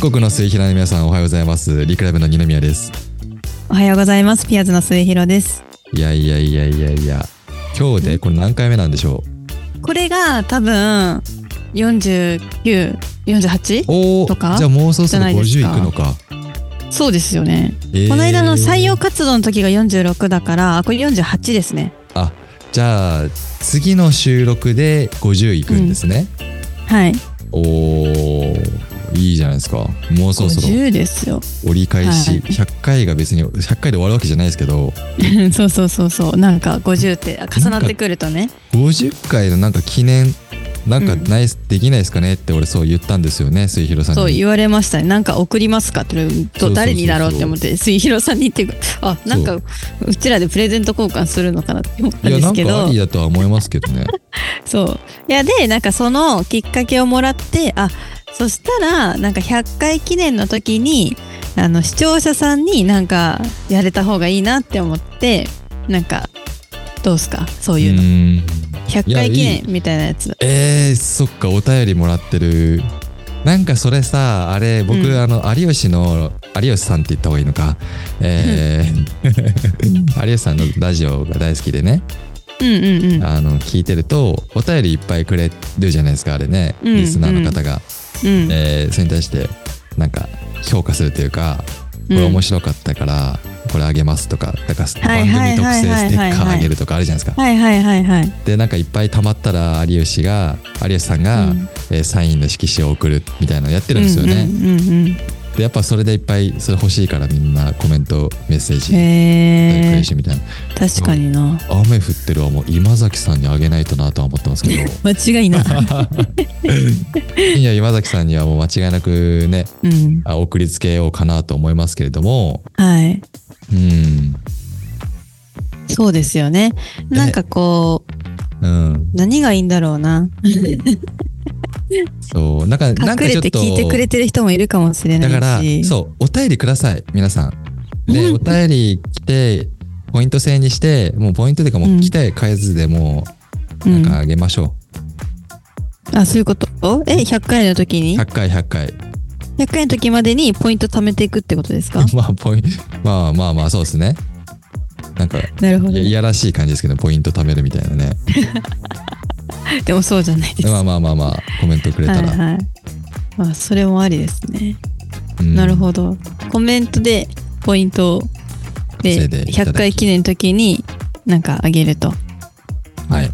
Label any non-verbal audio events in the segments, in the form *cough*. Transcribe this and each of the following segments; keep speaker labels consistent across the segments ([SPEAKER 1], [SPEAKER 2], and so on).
[SPEAKER 1] 国の末広の皆さんおはようございますリクライブの二宮です
[SPEAKER 2] おはようございます。ピアーズの末広です。
[SPEAKER 1] いやいやいやいやいや今日でこれ何回目なんでしょ
[SPEAKER 2] これが多分49、
[SPEAKER 1] う
[SPEAKER 2] 48?
[SPEAKER 1] おお
[SPEAKER 2] とか
[SPEAKER 1] じゃあもうそろそろ
[SPEAKER 2] じゃないです
[SPEAKER 1] 50い
[SPEAKER 2] か
[SPEAKER 1] くのか
[SPEAKER 2] そうですよね。
[SPEAKER 1] えー
[SPEAKER 2] この間の採用活動の時が46だから、あこれ48ですね。
[SPEAKER 1] じゃあ次の収録で50いくんですね、
[SPEAKER 2] はい。
[SPEAKER 1] おおいいじゃないですかもうそろそろ
[SPEAKER 2] 50ですよ。 *laughs*
[SPEAKER 1] 折り返し、
[SPEAKER 2] はい
[SPEAKER 1] 100回が別に100回で終わるわけじゃないですけど
[SPEAKER 2] そうそうそうそう。なんか50ってあ重なってくるとね。
[SPEAKER 1] 50回のなんか記念なんか
[SPEAKER 2] うん
[SPEAKER 1] ないす、できないですかねって俺そう言ったんですよね末広さんに
[SPEAKER 2] そう言われましたね。なんか送りますかって
[SPEAKER 1] そうそうそう
[SPEAKER 2] ど誰にだろうって思って、水広さんにって、あ、なんかうちらでプレゼント交換するのかなって思ったん
[SPEAKER 1] いや
[SPEAKER 2] で
[SPEAKER 1] な
[SPEAKER 2] す
[SPEAKER 1] ん
[SPEAKER 2] け
[SPEAKER 1] か
[SPEAKER 2] ど
[SPEAKER 1] あり。だとは思いますけどね
[SPEAKER 2] そう。いや、で、なんかそのきっかけをもらって、あ、そしたら、なんか100回記念の時に、あの、視聴者さんになんかやれた方がいいなって思って、なんか、どうすかそう
[SPEAKER 1] う
[SPEAKER 2] いうの。
[SPEAKER 1] ーんい
[SPEAKER 2] 100
[SPEAKER 1] や
[SPEAKER 2] 回記
[SPEAKER 1] い
[SPEAKER 2] 念みたいなやつ。
[SPEAKER 1] えー、そっかお便りもらってるなんかそれさあれ僕、
[SPEAKER 2] うん
[SPEAKER 1] あの有吉の有吉さんって言った方がいいのかえー *laughs* 有吉さんのラジオが大好きでね
[SPEAKER 2] うんうんうん。
[SPEAKER 1] あの聞いてるとお便りいっぱいくれるじゃないですかあれね、
[SPEAKER 2] うん
[SPEAKER 1] リスナーの方が、
[SPEAKER 2] うん。
[SPEAKER 1] えーそれに対してなんか評価するというかこ
[SPEAKER 2] うん
[SPEAKER 1] れ面白かったからこれあげますとかなんか番
[SPEAKER 2] はいは
[SPEAKER 1] 組
[SPEAKER 2] い
[SPEAKER 1] 特
[SPEAKER 2] はいはいは
[SPEAKER 1] 製ス
[SPEAKER 2] い
[SPEAKER 1] テッカーあげるとかあるじゃないですか。
[SPEAKER 2] はいはいはいはい。
[SPEAKER 1] でなんかいっぱい溜まったら有吉が有吉さんが、
[SPEAKER 2] うん
[SPEAKER 1] えーサインの色紙を送るみたいなのやってるんですよね。
[SPEAKER 2] うんうんうん
[SPEAKER 1] でやっぱそれでいっぱいそれ欲しいからみんなコメントメッセー
[SPEAKER 2] うん。
[SPEAKER 1] ジくれ
[SPEAKER 2] へ
[SPEAKER 1] る
[SPEAKER 2] え。
[SPEAKER 1] しみたいな
[SPEAKER 2] 確かにな。
[SPEAKER 1] 雨降ってるはもう今崎さんにあげないとなとは思ってますけ
[SPEAKER 2] *laughs*
[SPEAKER 1] ど
[SPEAKER 2] 間
[SPEAKER 1] *laughs*
[SPEAKER 2] 違いない。
[SPEAKER 1] いや今崎さんにはもう間違いなくね
[SPEAKER 2] うん。
[SPEAKER 1] あ送りつけようかなと思いますけれども
[SPEAKER 2] はい。
[SPEAKER 1] うん
[SPEAKER 2] そうですよね。
[SPEAKER 1] で
[SPEAKER 2] なんかこ
[SPEAKER 1] う
[SPEAKER 2] う、
[SPEAKER 1] ん
[SPEAKER 2] 何がいいんだろうな。
[SPEAKER 1] そうなんかなんか
[SPEAKER 2] 隠
[SPEAKER 1] ちょ
[SPEAKER 2] れ
[SPEAKER 1] ってと
[SPEAKER 2] 聞いてくれてる人もいるかもしれない
[SPEAKER 1] だか
[SPEAKER 2] し。
[SPEAKER 1] らそうお便りください皆さん。で
[SPEAKER 2] うん
[SPEAKER 1] お便り来てポイント制にしてもうポイントというかも
[SPEAKER 2] う
[SPEAKER 1] うん来た数でもうなんかあげましょ
[SPEAKER 2] うん、あ、そういうことえ、100回の時
[SPEAKER 1] う、
[SPEAKER 2] に
[SPEAKER 1] 100回100回
[SPEAKER 2] ?100 回の時までにポイント貯めていくってことですか
[SPEAKER 1] *laughs* まあポインまあまあまあそうですねなんかい
[SPEAKER 2] なるほど
[SPEAKER 1] や
[SPEAKER 2] ね、
[SPEAKER 1] いやらしい感じですけどポイント貯めるみたいなね
[SPEAKER 2] でもそうじゃないです。
[SPEAKER 1] まあまあまあまあコメントくれた
[SPEAKER 2] はい
[SPEAKER 1] ら、
[SPEAKER 2] はい。まあ、それもありですね。
[SPEAKER 1] うん
[SPEAKER 2] なるほど。コメントでポイントを
[SPEAKER 1] 稼い
[SPEAKER 2] で
[SPEAKER 1] でいただ
[SPEAKER 2] 100
[SPEAKER 1] き
[SPEAKER 2] 回記念の時になんかあげると。
[SPEAKER 1] はい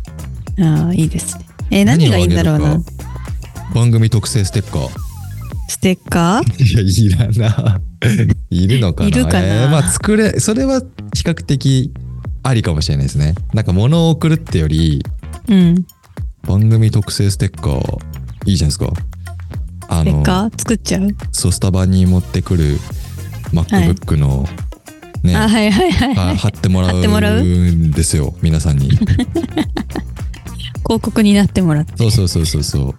[SPEAKER 2] ああ、いいですね。えー何がいいんだろう
[SPEAKER 1] 何をあ
[SPEAKER 2] な
[SPEAKER 1] げ。るか番組特製ステッカー
[SPEAKER 2] ステッカー
[SPEAKER 1] いや、いら
[SPEAKER 2] *laughs*
[SPEAKER 1] な。いるのかな。
[SPEAKER 2] いるかな
[SPEAKER 1] えーまあ、作れ、それは比較的ありかもしれないですね。なんか物を送るってより、
[SPEAKER 2] うん。
[SPEAKER 1] 番組特製ステッカー、いいじゃないですか。あ
[SPEAKER 2] ステッ
[SPEAKER 1] の、
[SPEAKER 2] カー作っちゃう、
[SPEAKER 1] ソスタバに持ってくる MacBook の、ね、
[SPEAKER 2] あ、
[SPEAKER 1] は
[SPEAKER 2] はいはいはい。 *laughs* 広
[SPEAKER 1] 貼ってもら
[SPEAKER 2] 貼ってもらう
[SPEAKER 1] うんですよ、皆さんに。
[SPEAKER 2] 告になってもらって。
[SPEAKER 1] そうそうそうそう
[SPEAKER 2] *laughs*
[SPEAKER 1] そう。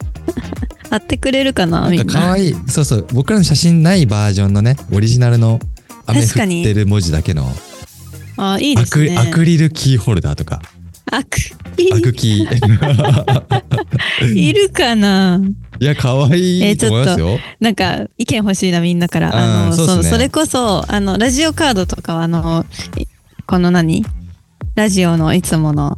[SPEAKER 2] 貼ってくれるかな
[SPEAKER 1] なん
[SPEAKER 2] み
[SPEAKER 1] か
[SPEAKER 2] んな。
[SPEAKER 1] 可愛い、そうそう、僕らの写真ないバージョンのね、オリジナルの雨降
[SPEAKER 2] 確かに
[SPEAKER 1] ってる文字だけの
[SPEAKER 2] あ、いい
[SPEAKER 1] ア
[SPEAKER 2] です
[SPEAKER 1] ク
[SPEAKER 2] ね。
[SPEAKER 1] アクリルキーホルダーとか。
[SPEAKER 2] アク
[SPEAKER 1] アクキ
[SPEAKER 2] *laughs*
[SPEAKER 1] ー。
[SPEAKER 2] いるかない
[SPEAKER 1] や、可愛いと思いますよ。
[SPEAKER 2] なんか意見欲しいなみんなから。
[SPEAKER 1] あー
[SPEAKER 2] あの
[SPEAKER 1] そうっすね
[SPEAKER 2] そそれこそあのラジオカードとかはあのいこの何ラジオのいつもの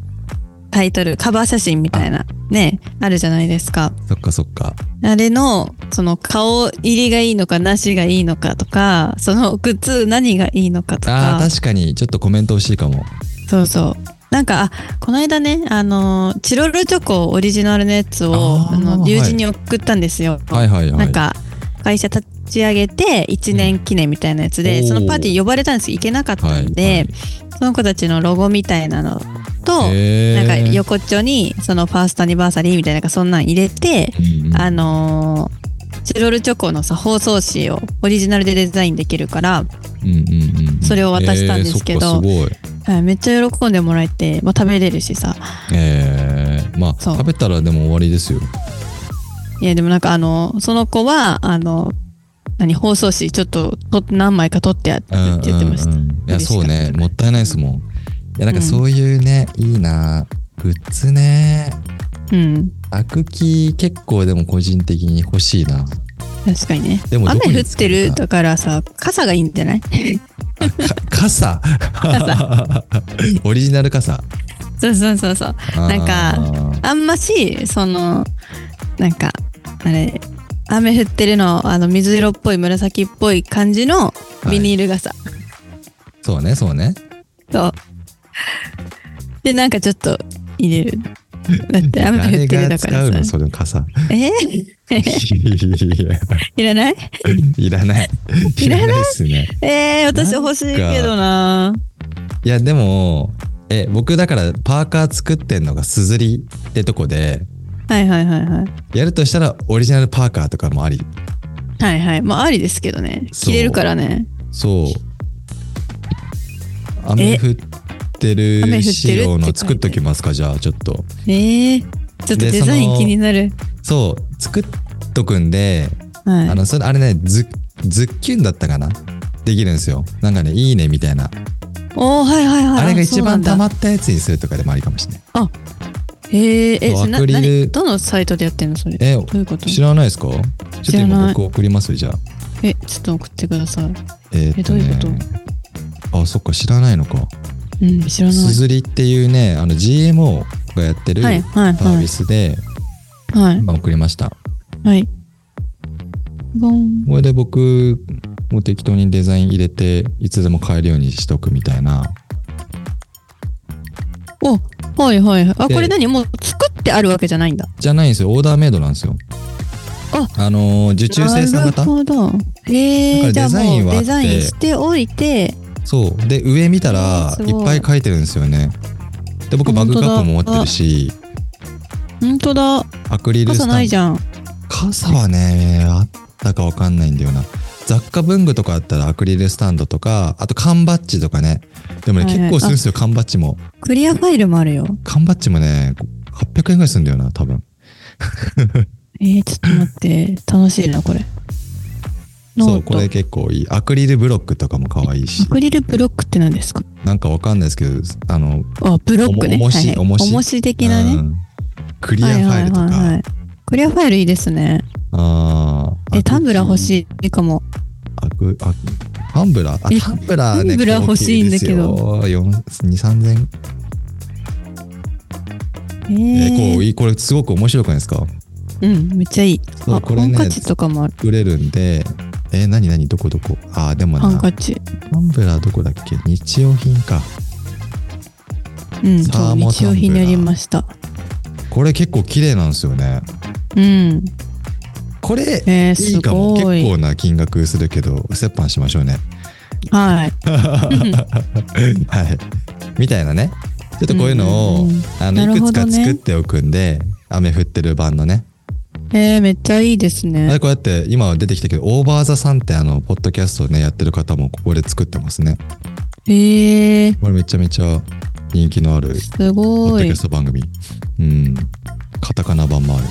[SPEAKER 2] タイトルカバー写真みたいなねあるじゃないですか。
[SPEAKER 1] そっかそっか。
[SPEAKER 2] あれのその顔入りがいいのかなしがいいのかとかその靴何がいいのかと
[SPEAKER 1] あ
[SPEAKER 2] か
[SPEAKER 1] あ、確かに、ちょっとコメント欲しいかも。
[SPEAKER 2] そうそう。なんか、あ、この間ね、あの、チロルチョコオリジナルのやつを、
[SPEAKER 1] あ
[SPEAKER 2] あ
[SPEAKER 1] ー
[SPEAKER 2] の、友
[SPEAKER 1] はい
[SPEAKER 2] 人に送ったんですよ。
[SPEAKER 1] はいはいはい。
[SPEAKER 2] なんか、会社立ち上げて1年記念みたいなやつで、
[SPEAKER 1] うん
[SPEAKER 2] そのパーティー呼ばれたんですけど、行けなかったんで、
[SPEAKER 1] はいはい
[SPEAKER 2] その子たちのロゴみたいなのと、
[SPEAKER 1] へ
[SPEAKER 2] な
[SPEAKER 1] ー、
[SPEAKER 2] んか横っちょに、そのファーストアニバーサリーみたいな、なんかそんなん入れて、
[SPEAKER 1] うんうん、
[SPEAKER 2] あのーチロルチョコのさ、包装紙をオリジナルでデザインできるから、
[SPEAKER 1] うんうんうん
[SPEAKER 2] それを渡したんですけど
[SPEAKER 1] えーそっかす
[SPEAKER 2] はいめっちゃ喜んでもらえて、まあ、食べれるしさ、
[SPEAKER 1] ごい。えー、まあ、
[SPEAKER 2] そう
[SPEAKER 1] 食べたらでも終わりですよ。
[SPEAKER 2] いやでもなんかあのその子はあの何放送紙ちょっとと何枚か取ってやって
[SPEAKER 1] うんうんうん
[SPEAKER 2] って言ってました、
[SPEAKER 1] いや、
[SPEAKER 2] 嬉しか
[SPEAKER 1] そ
[SPEAKER 2] っ
[SPEAKER 1] う
[SPEAKER 2] た
[SPEAKER 1] ね。もったいないですもん。いや、なんか
[SPEAKER 2] うん
[SPEAKER 1] そういうね、いいな。グッズね。
[SPEAKER 2] うん
[SPEAKER 1] アクキー結構でも個人的に欲しいな。
[SPEAKER 2] 確かにね
[SPEAKER 1] でもどこに
[SPEAKER 2] 雨降ってるだからさ傘がいいんじゃない *laughs*
[SPEAKER 1] か傘 *laughs* オリジナル傘
[SPEAKER 2] そうそうそうそう *laughs* なんか
[SPEAKER 1] あ
[SPEAKER 2] あんましそのなんかあれ雨降ってるのあの水色っぽい紫っぽい感じの
[SPEAKER 1] ー
[SPEAKER 2] ビ
[SPEAKER 1] はい
[SPEAKER 2] ニール傘、
[SPEAKER 1] そうねそうね
[SPEAKER 2] そうでなんかちょっと入れるだって雨降っ
[SPEAKER 1] 誰
[SPEAKER 2] てる
[SPEAKER 1] が
[SPEAKER 2] だか
[SPEAKER 1] 使う
[SPEAKER 2] ら
[SPEAKER 1] の
[SPEAKER 2] さ
[SPEAKER 1] その傘 *laughs*
[SPEAKER 2] え *laughs* ー、
[SPEAKER 1] いや
[SPEAKER 2] いらない
[SPEAKER 1] いらない
[SPEAKER 2] *laughs* いらない
[SPEAKER 1] っすね
[SPEAKER 2] えー、私欲しいけどない
[SPEAKER 1] やでもえ僕だからパーカー作ってんのがすずりってとこで
[SPEAKER 2] はいはいはいはい
[SPEAKER 1] やるとしたらオリジナルパーカーとかもあり
[SPEAKER 2] はいはいまあありですけどね
[SPEAKER 1] そう
[SPEAKER 2] 着れるからね
[SPEAKER 1] そう雨降って
[SPEAKER 2] 雨降ってるっ
[SPEAKER 1] る
[SPEAKER 2] て
[SPEAKER 1] 仕様
[SPEAKER 2] 書い
[SPEAKER 1] の
[SPEAKER 2] て
[SPEAKER 1] 作っときますかじゃあちょっと
[SPEAKER 2] えー、ちょっと
[SPEAKER 1] で
[SPEAKER 2] デザイ
[SPEAKER 1] そ
[SPEAKER 2] ン
[SPEAKER 1] の
[SPEAKER 2] 気になる
[SPEAKER 1] そう作っとくんで
[SPEAKER 2] はい
[SPEAKER 1] あのそれあれねズズッキュンだったかなできるんですよなんかねいいねみたいな
[SPEAKER 2] おおはいはいはい
[SPEAKER 1] あれが一番溜ま
[SPEAKER 2] っ
[SPEAKER 1] ったやつにするとかでもありかもしれない
[SPEAKER 2] へええ
[SPEAKER 1] そう
[SPEAKER 2] な
[SPEAKER 1] アクリル
[SPEAKER 2] 何どのサイトでやってんのそれど
[SPEAKER 1] え
[SPEAKER 2] ういうこと
[SPEAKER 1] 知らないですかちょっと
[SPEAKER 2] 知らな
[SPEAKER 1] 今
[SPEAKER 2] い
[SPEAKER 1] 僕送りますじゃあ
[SPEAKER 2] えちょっと送ってください
[SPEAKER 1] えー
[SPEAKER 2] え
[SPEAKER 1] っとね
[SPEAKER 2] どういう
[SPEAKER 1] あそっか知らないのか
[SPEAKER 2] うん知らない
[SPEAKER 1] すずりっていうねあの GMO がやってるサ
[SPEAKER 2] はいはい
[SPEAKER 1] ー
[SPEAKER 2] は
[SPEAKER 1] ビ
[SPEAKER 2] い
[SPEAKER 1] スで
[SPEAKER 2] はい
[SPEAKER 1] 今送りました
[SPEAKER 2] はいボン
[SPEAKER 1] これで僕も適当にデザイン入れていつでも買えるようにしとくみたいな
[SPEAKER 2] おはいはいはいあ
[SPEAKER 1] で
[SPEAKER 2] これ何もう作ってあるわけじゃないんだ
[SPEAKER 1] じゃないんですよオーダーメイドなんですよ
[SPEAKER 2] あ
[SPEAKER 1] あのー受注生産
[SPEAKER 2] なる
[SPEAKER 1] 型
[SPEAKER 2] ほどへえじ
[SPEAKER 1] だ
[SPEAKER 2] ゃあ
[SPEAKER 1] からデザイン
[SPEAKER 2] もう
[SPEAKER 1] はあって
[SPEAKER 2] デザインしておいて
[SPEAKER 1] そうで上見たら
[SPEAKER 2] す
[SPEAKER 1] い
[SPEAKER 2] ごい
[SPEAKER 1] っぱい書いてるんですよねで僕バッグカップも持ってるし
[SPEAKER 2] ほんとだ
[SPEAKER 1] アクリルスタ
[SPEAKER 2] 傘
[SPEAKER 1] ンド
[SPEAKER 2] ないじゃん
[SPEAKER 1] 傘はねあったかわかんないんだよな雑貨文具とかあったらアクリルスタンドとかあと缶バッジとかねでもね、
[SPEAKER 2] はいはい
[SPEAKER 1] 結構するんですよ缶バッジも
[SPEAKER 2] クリアファイルもあるよ
[SPEAKER 1] 缶バッジもね800円ぐらいするんだよな多分
[SPEAKER 2] えー、ちょっと待って楽しいなこれ
[SPEAKER 1] そ
[SPEAKER 2] ノ
[SPEAKER 1] うこ
[SPEAKER 2] ー
[SPEAKER 1] れ
[SPEAKER 2] ト
[SPEAKER 1] 結構いいアクリルブロックとかも可愛いし
[SPEAKER 2] アクリルブロックって何ですか
[SPEAKER 1] なんかわかんないですけどあの
[SPEAKER 2] あ、ブロックね。
[SPEAKER 1] おも重し
[SPEAKER 2] はいはい
[SPEAKER 1] 重し
[SPEAKER 2] 重し的な
[SPEAKER 1] う
[SPEAKER 2] ね。
[SPEAKER 1] んクリアファイルとか、
[SPEAKER 2] はいはいはいはい。クリアファイルいいですね。
[SPEAKER 1] あー
[SPEAKER 2] え、タンブラー欲
[SPEAKER 1] い
[SPEAKER 2] しいかも。
[SPEAKER 1] あくあタンブラー
[SPEAKER 2] え
[SPEAKER 1] あタンブラーね
[SPEAKER 2] タンブラー欲しいんだけど
[SPEAKER 1] 23000えー
[SPEAKER 2] えー、
[SPEAKER 1] こういいこれすごく面白くないですか
[SPEAKER 2] うん、めっちゃいい。
[SPEAKER 1] そう
[SPEAKER 2] あ、
[SPEAKER 1] こ
[SPEAKER 2] ハ
[SPEAKER 1] れ
[SPEAKER 2] ン
[SPEAKER 1] ね
[SPEAKER 2] カチとかもある。
[SPEAKER 1] 売れるんでえー、何何どこどこあーでも
[SPEAKER 2] ハン
[SPEAKER 1] な
[SPEAKER 2] カチ。
[SPEAKER 1] タンブラーどこだっけ日用品か
[SPEAKER 2] うん、
[SPEAKER 1] サ
[SPEAKER 2] そ
[SPEAKER 1] ー
[SPEAKER 2] う、
[SPEAKER 1] モ
[SPEAKER 2] 日用品にありました。
[SPEAKER 1] これ結構綺麗なんですよね
[SPEAKER 2] うん。
[SPEAKER 1] これ
[SPEAKER 2] えー、
[SPEAKER 1] い
[SPEAKER 2] す
[SPEAKER 1] いかも結
[SPEAKER 2] ごい。
[SPEAKER 1] 構な金額するけど折半しましょうね
[SPEAKER 2] はい。
[SPEAKER 1] はいみたいなねちょっとこういうのを、
[SPEAKER 2] うんうんうん
[SPEAKER 1] あ
[SPEAKER 2] な
[SPEAKER 1] のい
[SPEAKER 2] る
[SPEAKER 1] く
[SPEAKER 2] ほ
[SPEAKER 1] つ
[SPEAKER 2] ど
[SPEAKER 1] か
[SPEAKER 2] ね
[SPEAKER 1] 作っておくんで、雨降ってる版のね
[SPEAKER 2] えー、めっちゃいいです
[SPEAKER 1] あ
[SPEAKER 2] ね
[SPEAKER 1] れ。こうやって今は出てきたけど「オーバー・ザ・サン」ってあのポッドキャストをねやってる方もここで作ってますね
[SPEAKER 2] えー、
[SPEAKER 1] これめちゃめちゃ人気のある
[SPEAKER 2] す
[SPEAKER 1] ポッド
[SPEAKER 2] ご
[SPEAKER 1] キ
[SPEAKER 2] い
[SPEAKER 1] ャス。ト番組うんカタカナ版もある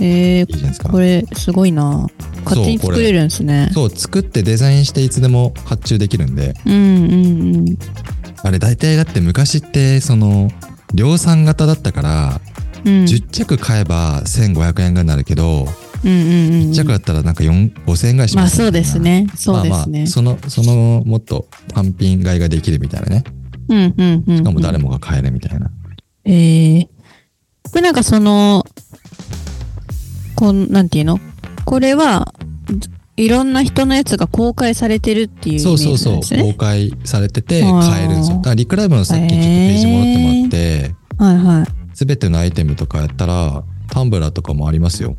[SPEAKER 2] え
[SPEAKER 1] い
[SPEAKER 2] ー
[SPEAKER 1] い、じゃないですか
[SPEAKER 2] これ、すごいな。勝手に
[SPEAKER 1] そうこ
[SPEAKER 2] 作
[SPEAKER 1] れ
[SPEAKER 2] れるんですね。
[SPEAKER 1] そう作ってデザインしていつでも発注できるんで
[SPEAKER 2] うんうんうん。
[SPEAKER 1] あれ大体だって昔ってその量産型だったから、
[SPEAKER 2] うん。
[SPEAKER 1] 10着買えば1500円ぐらいになるけど、
[SPEAKER 2] うんうんうん。
[SPEAKER 1] 1着だったらなんか4 5000円ぐらいし
[SPEAKER 2] ま
[SPEAKER 1] ま
[SPEAKER 2] あ、
[SPEAKER 1] す
[SPEAKER 2] そ
[SPEAKER 1] み
[SPEAKER 2] う
[SPEAKER 1] たいな
[SPEAKER 2] ですね。そうで
[SPEAKER 1] まあ
[SPEAKER 2] す
[SPEAKER 1] ま
[SPEAKER 2] ね
[SPEAKER 1] あ。そのそのもっと単品買いができるみたいなね
[SPEAKER 2] うんうんうんうん。
[SPEAKER 1] しかも誰もが買えるみたいな、
[SPEAKER 2] ええこれなんかその、こん、なんていうのこれは、ずいろんな人のやつが公開されてるっていうイメ
[SPEAKER 1] そう
[SPEAKER 2] ージ
[SPEAKER 1] そうそう
[SPEAKER 2] なんですね。
[SPEAKER 1] 公開されてて
[SPEAKER 2] あー
[SPEAKER 1] 買えるんですよだからリクライブのさっきちょっとページ戻ってもらって、
[SPEAKER 2] はいは
[SPEAKER 1] 全てのアイテムとかやったらタンブラーとかもありますよ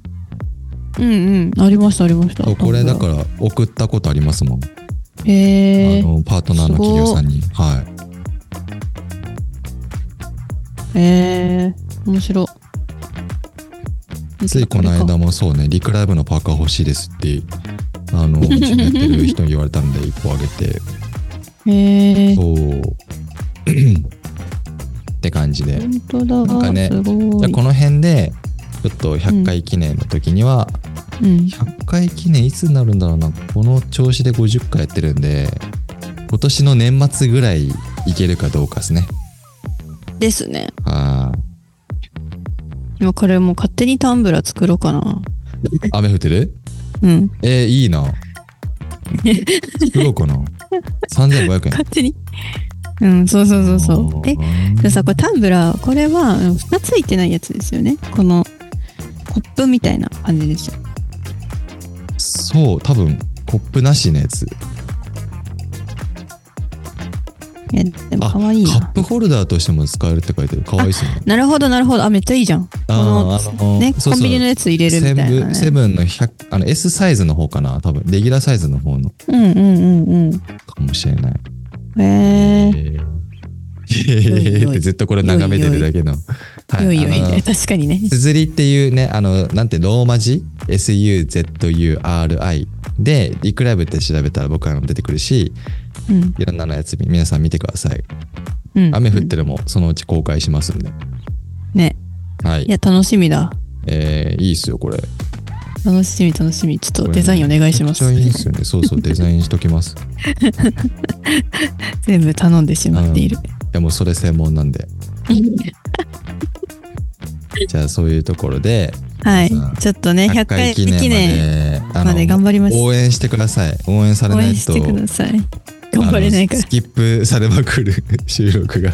[SPEAKER 2] い。うんうん。ありましたありました。。
[SPEAKER 1] そうこれだからら送ったことありますもん、
[SPEAKER 2] ええ
[SPEAKER 1] あのパートナーの企業さんには
[SPEAKER 2] ええ面白。
[SPEAKER 1] いついこの間もそうねリクライブのパーカー欲しいですってあ *laughs* のうちのやってる人に言われたんで1個あげて
[SPEAKER 2] ええ
[SPEAKER 1] そうって感じで
[SPEAKER 2] 本当だ。
[SPEAKER 1] なんかね
[SPEAKER 2] すご
[SPEAKER 1] じゃあ
[SPEAKER 2] い。
[SPEAKER 1] この辺でちょっと100回記念の時には、
[SPEAKER 2] うん。
[SPEAKER 1] 100回記念いつになるんだろうなこの調子で50回やってるんで今年の年末ぐらいいけるかどうかですね
[SPEAKER 2] ですね。
[SPEAKER 1] あ
[SPEAKER 2] 今これもう勝手にタンブラー作ろうかな。
[SPEAKER 1] ー雨降ってる
[SPEAKER 2] うん。
[SPEAKER 1] えー、いいな。作ろうかな。3500円。
[SPEAKER 2] 勝手に。うん、そうそうそうそう。え、でさ、これタンブラー、これは、うん蓋ついてないやつですよね。この、コップみたいな感じですよ。
[SPEAKER 1] そう、多分コップなしのやつ。
[SPEAKER 2] え、でも
[SPEAKER 1] あ、
[SPEAKER 2] かわいい
[SPEAKER 1] カ
[SPEAKER 2] な
[SPEAKER 1] ッ。プホルダーとしても使えるって書いてる。かわいいっすね。
[SPEAKER 2] なるほど、なるほど。あ、めっちゃいいじゃん。この、
[SPEAKER 1] ーの
[SPEAKER 2] ね、
[SPEAKER 1] そう
[SPEAKER 2] コン
[SPEAKER 1] そう
[SPEAKER 2] ビニのやつ入れるみたいな、ね。
[SPEAKER 1] セブンセブンの100あの S サイズの方かな多分レギュラーサイズの方の
[SPEAKER 2] うんうんうんうん。
[SPEAKER 1] かもしれない。
[SPEAKER 2] へ
[SPEAKER 1] えー
[SPEAKER 2] え。よい
[SPEAKER 1] えー
[SPEAKER 2] よい
[SPEAKER 1] ってずっとこれ眺めてるだけの。はい
[SPEAKER 2] よいよい
[SPEAKER 1] あの
[SPEAKER 2] ね。確かにね。
[SPEAKER 1] 綴りっていうね、あの、なんてローマ字 ?SUZURI で、リクライブって調べたら僕らの出てくるし、
[SPEAKER 2] うん。
[SPEAKER 1] いろんなのやつ皆さん見てください。
[SPEAKER 2] うん、
[SPEAKER 1] 雨降ってるもそのうち公開しますんで。
[SPEAKER 2] ね。
[SPEAKER 1] はい。
[SPEAKER 2] いや、楽しみだ。
[SPEAKER 1] えーいいっすよ、これ。
[SPEAKER 2] 楽しみ、楽しみ。ちょっとデザインお願いします。
[SPEAKER 1] めっちゃいいっすよね。そう
[SPEAKER 2] *laughs*
[SPEAKER 1] そう、デザインしときます。い
[SPEAKER 2] 全部頼んでしまっている。
[SPEAKER 1] や、もうそれ専門なんで。じゃあ、そういうところで、
[SPEAKER 2] はい
[SPEAKER 1] さあ。
[SPEAKER 2] ちょっとね、100回記念
[SPEAKER 1] あ
[SPEAKER 2] まで頑張ります。
[SPEAKER 1] 応援してください。応援され
[SPEAKER 2] 応
[SPEAKER 1] ない
[SPEAKER 2] 援し
[SPEAKER 1] と
[SPEAKER 2] て。ください。頑張れない
[SPEAKER 1] あ
[SPEAKER 2] か
[SPEAKER 1] の
[SPEAKER 2] ら
[SPEAKER 1] ス。キップされまくる収録
[SPEAKER 2] *laughs*
[SPEAKER 1] が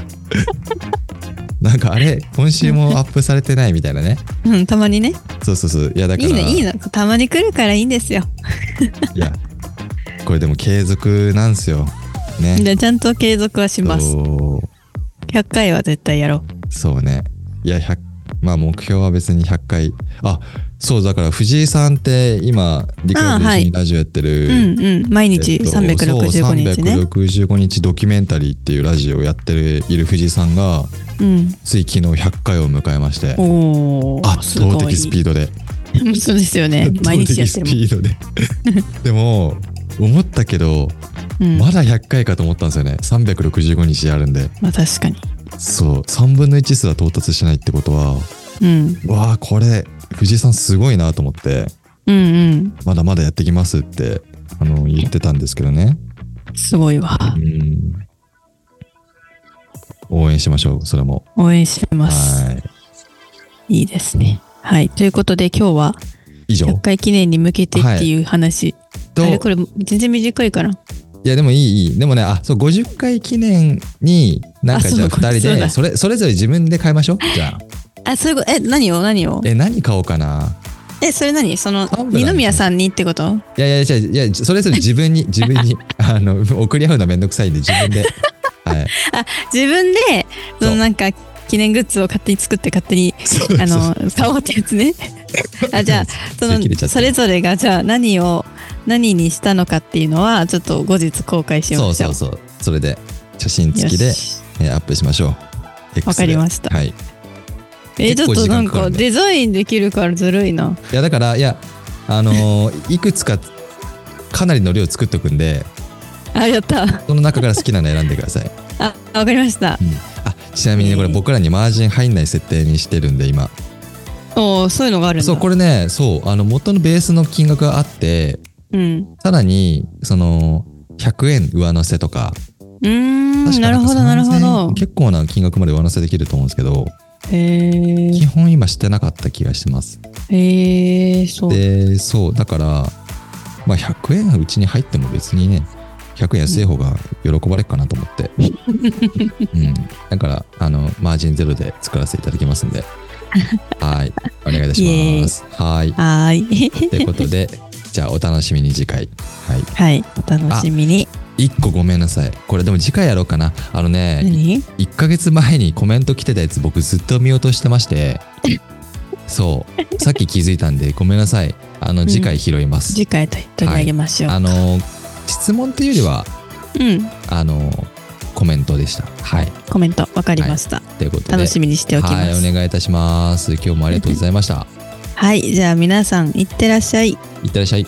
[SPEAKER 1] なんかあれ今週もアップされてないみたいなね
[SPEAKER 2] うん、たまにね。
[SPEAKER 1] そうそうそういやだか
[SPEAKER 2] い
[SPEAKER 1] ら
[SPEAKER 2] いの、いいの。たまに来るからいいんですよ。
[SPEAKER 1] いやこれでも継続なんすよね
[SPEAKER 2] じゃあちゃんと継続はします。
[SPEAKER 1] そう
[SPEAKER 2] 100回は絶対やろ
[SPEAKER 1] そうねいや100まあ目標は別に100回あそうだから藤井さんって今リクライブで
[SPEAKER 2] あは
[SPEAKER 1] 一緒
[SPEAKER 2] い
[SPEAKER 1] にラジオやって
[SPEAKER 2] う。
[SPEAKER 1] る、
[SPEAKER 2] うんうん。毎日
[SPEAKER 1] えっと
[SPEAKER 2] 365日ね
[SPEAKER 1] そ。う365日ドキュメンタリーっていうラジオをやってるいる藤井さんが
[SPEAKER 2] うん。
[SPEAKER 1] つい昨日100回を迎えまして
[SPEAKER 2] おお。
[SPEAKER 1] 圧倒的スピードで
[SPEAKER 2] ード。そうですよね。毎日やってるもん。
[SPEAKER 1] 圧倒的スピードで *laughs* でも思ったけど
[SPEAKER 2] うん、
[SPEAKER 1] まだ100回かと思ったんですよね365日やるんで
[SPEAKER 2] まあ確かに。
[SPEAKER 1] そう3分の1すら到達しないってことは
[SPEAKER 2] うん。
[SPEAKER 1] わあこれ藤井さんすごいなと思って
[SPEAKER 2] うんうん。
[SPEAKER 1] まだまだやってきますってあの言ってたんですけどね
[SPEAKER 2] すごいわ。
[SPEAKER 1] うん応援しましょうそれも
[SPEAKER 2] 応援してます。
[SPEAKER 1] はい
[SPEAKER 2] いいですね。はい。ということで今日は
[SPEAKER 1] 以上
[SPEAKER 2] 100回記念に向けてっていう話。
[SPEAKER 1] と
[SPEAKER 2] あれこれ全然短いから。
[SPEAKER 1] いやでもいいいいでもねあそう50回記念になんか
[SPEAKER 2] あそう
[SPEAKER 1] じゃあ
[SPEAKER 2] これ
[SPEAKER 1] 2人
[SPEAKER 2] そう
[SPEAKER 1] で
[SPEAKER 2] だ
[SPEAKER 1] それそれぞれ自分で買いま
[SPEAKER 2] *laughs*
[SPEAKER 1] しょうじゃあ
[SPEAKER 2] あ、そういうこと、え、何を何を
[SPEAKER 1] え何買おうかな
[SPEAKER 2] え、それ何その
[SPEAKER 1] タン、ブラー
[SPEAKER 2] 二宮さんにってこと
[SPEAKER 1] いやいやいやいやいやそれぞれ自
[SPEAKER 2] *laughs*
[SPEAKER 1] 分に自分にあの送り合うのめんどくさいんで自分ではい
[SPEAKER 2] 自分で、そ
[SPEAKER 1] そ
[SPEAKER 2] の
[SPEAKER 1] う
[SPEAKER 2] なんか、記念グッズを勝手に作って勝手に、
[SPEAKER 1] そう
[SPEAKER 2] あ
[SPEAKER 1] そう
[SPEAKER 2] の、買おうってや
[SPEAKER 1] *laughs*
[SPEAKER 2] つね。あ、じゃあ、そ
[SPEAKER 1] 切れちゃ
[SPEAKER 2] の、
[SPEAKER 1] った
[SPEAKER 2] それぞれが、じゃあ何を、何にしたのかっていうのは、ちょっと後日公開しましょ
[SPEAKER 1] そう
[SPEAKER 2] う。
[SPEAKER 1] そうそうそれで写真付きで
[SPEAKER 2] よ、し
[SPEAKER 1] えーアップしましょう X で
[SPEAKER 2] わかりました
[SPEAKER 1] はい
[SPEAKER 2] え、ち
[SPEAKER 1] 結
[SPEAKER 2] ょ
[SPEAKER 1] 構
[SPEAKER 2] っとなん
[SPEAKER 1] 時間かか
[SPEAKER 2] か
[SPEAKER 1] るね
[SPEAKER 2] デザインできるからずるいな。
[SPEAKER 1] いやだからいやあのーいくつかかなりの量作っとくんで
[SPEAKER 2] あ、やった。
[SPEAKER 1] その中から好きなの選んでください
[SPEAKER 2] あ、わかりました。
[SPEAKER 1] あちなみにねこれ
[SPEAKER 2] えー
[SPEAKER 1] 僕らにマージン入んない設定にしてるんで今
[SPEAKER 2] おーそういうのがあるんだ。
[SPEAKER 1] そうこれねそうあの元のベースの金額があって
[SPEAKER 2] うん。
[SPEAKER 1] さらにその100円上乗せとか
[SPEAKER 2] うーん、
[SPEAKER 1] 確か
[SPEAKER 2] なる
[SPEAKER 1] んか
[SPEAKER 2] ほど、なるほ
[SPEAKER 1] 3000
[SPEAKER 2] ど
[SPEAKER 1] 円。結構な金額まで上乗せできると思うんですけど
[SPEAKER 2] へ
[SPEAKER 1] 基
[SPEAKER 2] ー
[SPEAKER 1] 本今してなかった気がしてます
[SPEAKER 2] へーそう。
[SPEAKER 1] でそうだからまあ100円がうちに入っても別にね100円安い方が喜ばれるかなと思
[SPEAKER 2] *laughs*
[SPEAKER 1] って、うん、だからあのマージンゼロで作らせていただきますんではいお願いいたしますはい
[SPEAKER 2] は
[SPEAKER 1] *laughs*
[SPEAKER 2] ーい。
[SPEAKER 1] ということでじゃあお楽しみに次回はい
[SPEAKER 2] はい、お楽しみに。
[SPEAKER 1] 1個ごめんなさいこれでも次回やろうかなあのね
[SPEAKER 2] 何
[SPEAKER 1] 1ヶ月前にコメント来てたやつ僕ずっと見落としてましてそうさっき気づいたんでごめんなさいあの
[SPEAKER 2] ん
[SPEAKER 1] 次回拾います、
[SPEAKER 2] 次回と取り上げましょう。
[SPEAKER 1] あの質問というよりは
[SPEAKER 2] うん、
[SPEAKER 1] あのコメントでしたはい
[SPEAKER 2] コメントわかりました。
[SPEAKER 1] ということで
[SPEAKER 2] 楽しみにしておきま
[SPEAKER 1] はい
[SPEAKER 2] す。
[SPEAKER 1] お願いいたします今日もありがとうございました
[SPEAKER 2] はい、じゃあ皆さん、いってらっしゃい。
[SPEAKER 1] いってらっしゃい